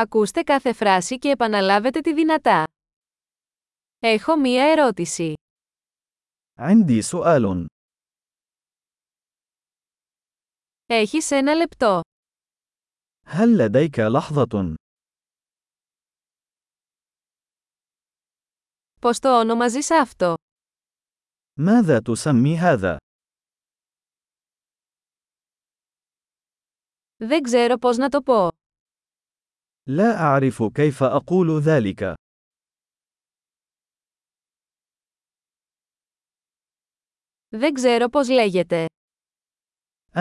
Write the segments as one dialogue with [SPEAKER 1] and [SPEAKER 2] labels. [SPEAKER 1] Ακούστε κάθε φράση και επαναλάβετε τη δυνατά. Έχω μία ερώτηση.
[SPEAKER 2] عندي سؤال.
[SPEAKER 1] Έχεις ένα λεπτό.
[SPEAKER 2] هل لديك لحظة؟
[SPEAKER 1] Πώς το ονομαζείς αυτό.
[SPEAKER 2] ماذا تسمي هذا؟
[SPEAKER 1] Δεν ξέρω πώς να το πω.
[SPEAKER 2] لا أعرف كيف أقول ذلك.
[SPEAKER 1] Δεν ξέρω πώς λέγεται.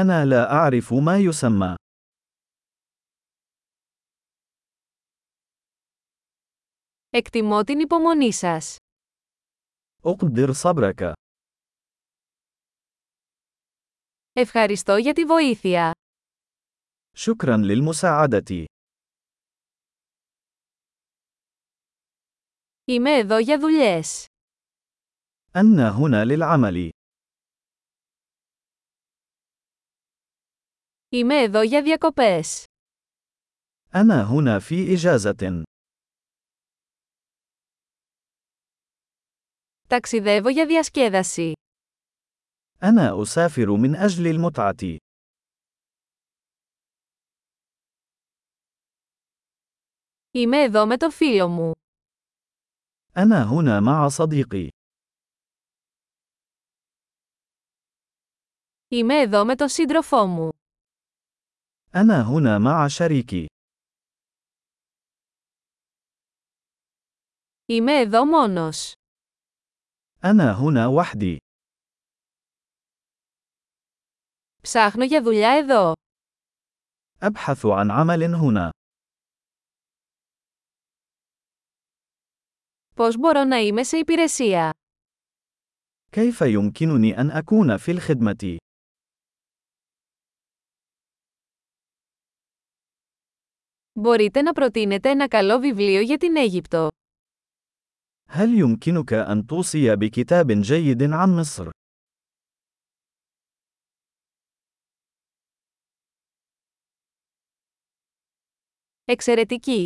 [SPEAKER 2] أنا لا أعرف ما يسمى.
[SPEAKER 1] Εκτιμώ την υπομονή σας.
[SPEAKER 2] أقدر صبرك.
[SPEAKER 1] Ευχαριστώ για τη βοήθεια.
[SPEAKER 2] شكرا للمساعدة.
[SPEAKER 1] Είμαι εδώ για δουλειές.
[SPEAKER 2] أنا هنا للعمل.
[SPEAKER 1] Είμαι εδώ για διακοπές.
[SPEAKER 2] أنا هنا في إجازة.
[SPEAKER 1] Ταξιδεύω για διασκέδαση.
[SPEAKER 2] أنا أسافر من أجل المتعة.
[SPEAKER 1] Είμαι εδώ με το φίλο μου.
[SPEAKER 2] أنا هنا مع صديقي.
[SPEAKER 1] Είμαι εδώ με τον σύντροφό μου.
[SPEAKER 2] أنا هنا مع شريكي.
[SPEAKER 1] Είμαι εδώ μόνος.
[SPEAKER 2] أنا هنا وحدي.
[SPEAKER 1] Ψάχνω για δουλειά εδώ.
[SPEAKER 2] أبحث عن عمل هنا.
[SPEAKER 1] Πώς μπορώ να είμαι σε υπηρεσία.
[SPEAKER 2] كيف يمكنني أن أكون في الخدمة؟
[SPEAKER 1] Μπορείτε να προτείνετε ένα καλό βιβλίο για την Αίγυπτο.
[SPEAKER 2] هل يمكنك أن توصي بكتاب جيد عن مصر؟
[SPEAKER 1] Εξαιρετική!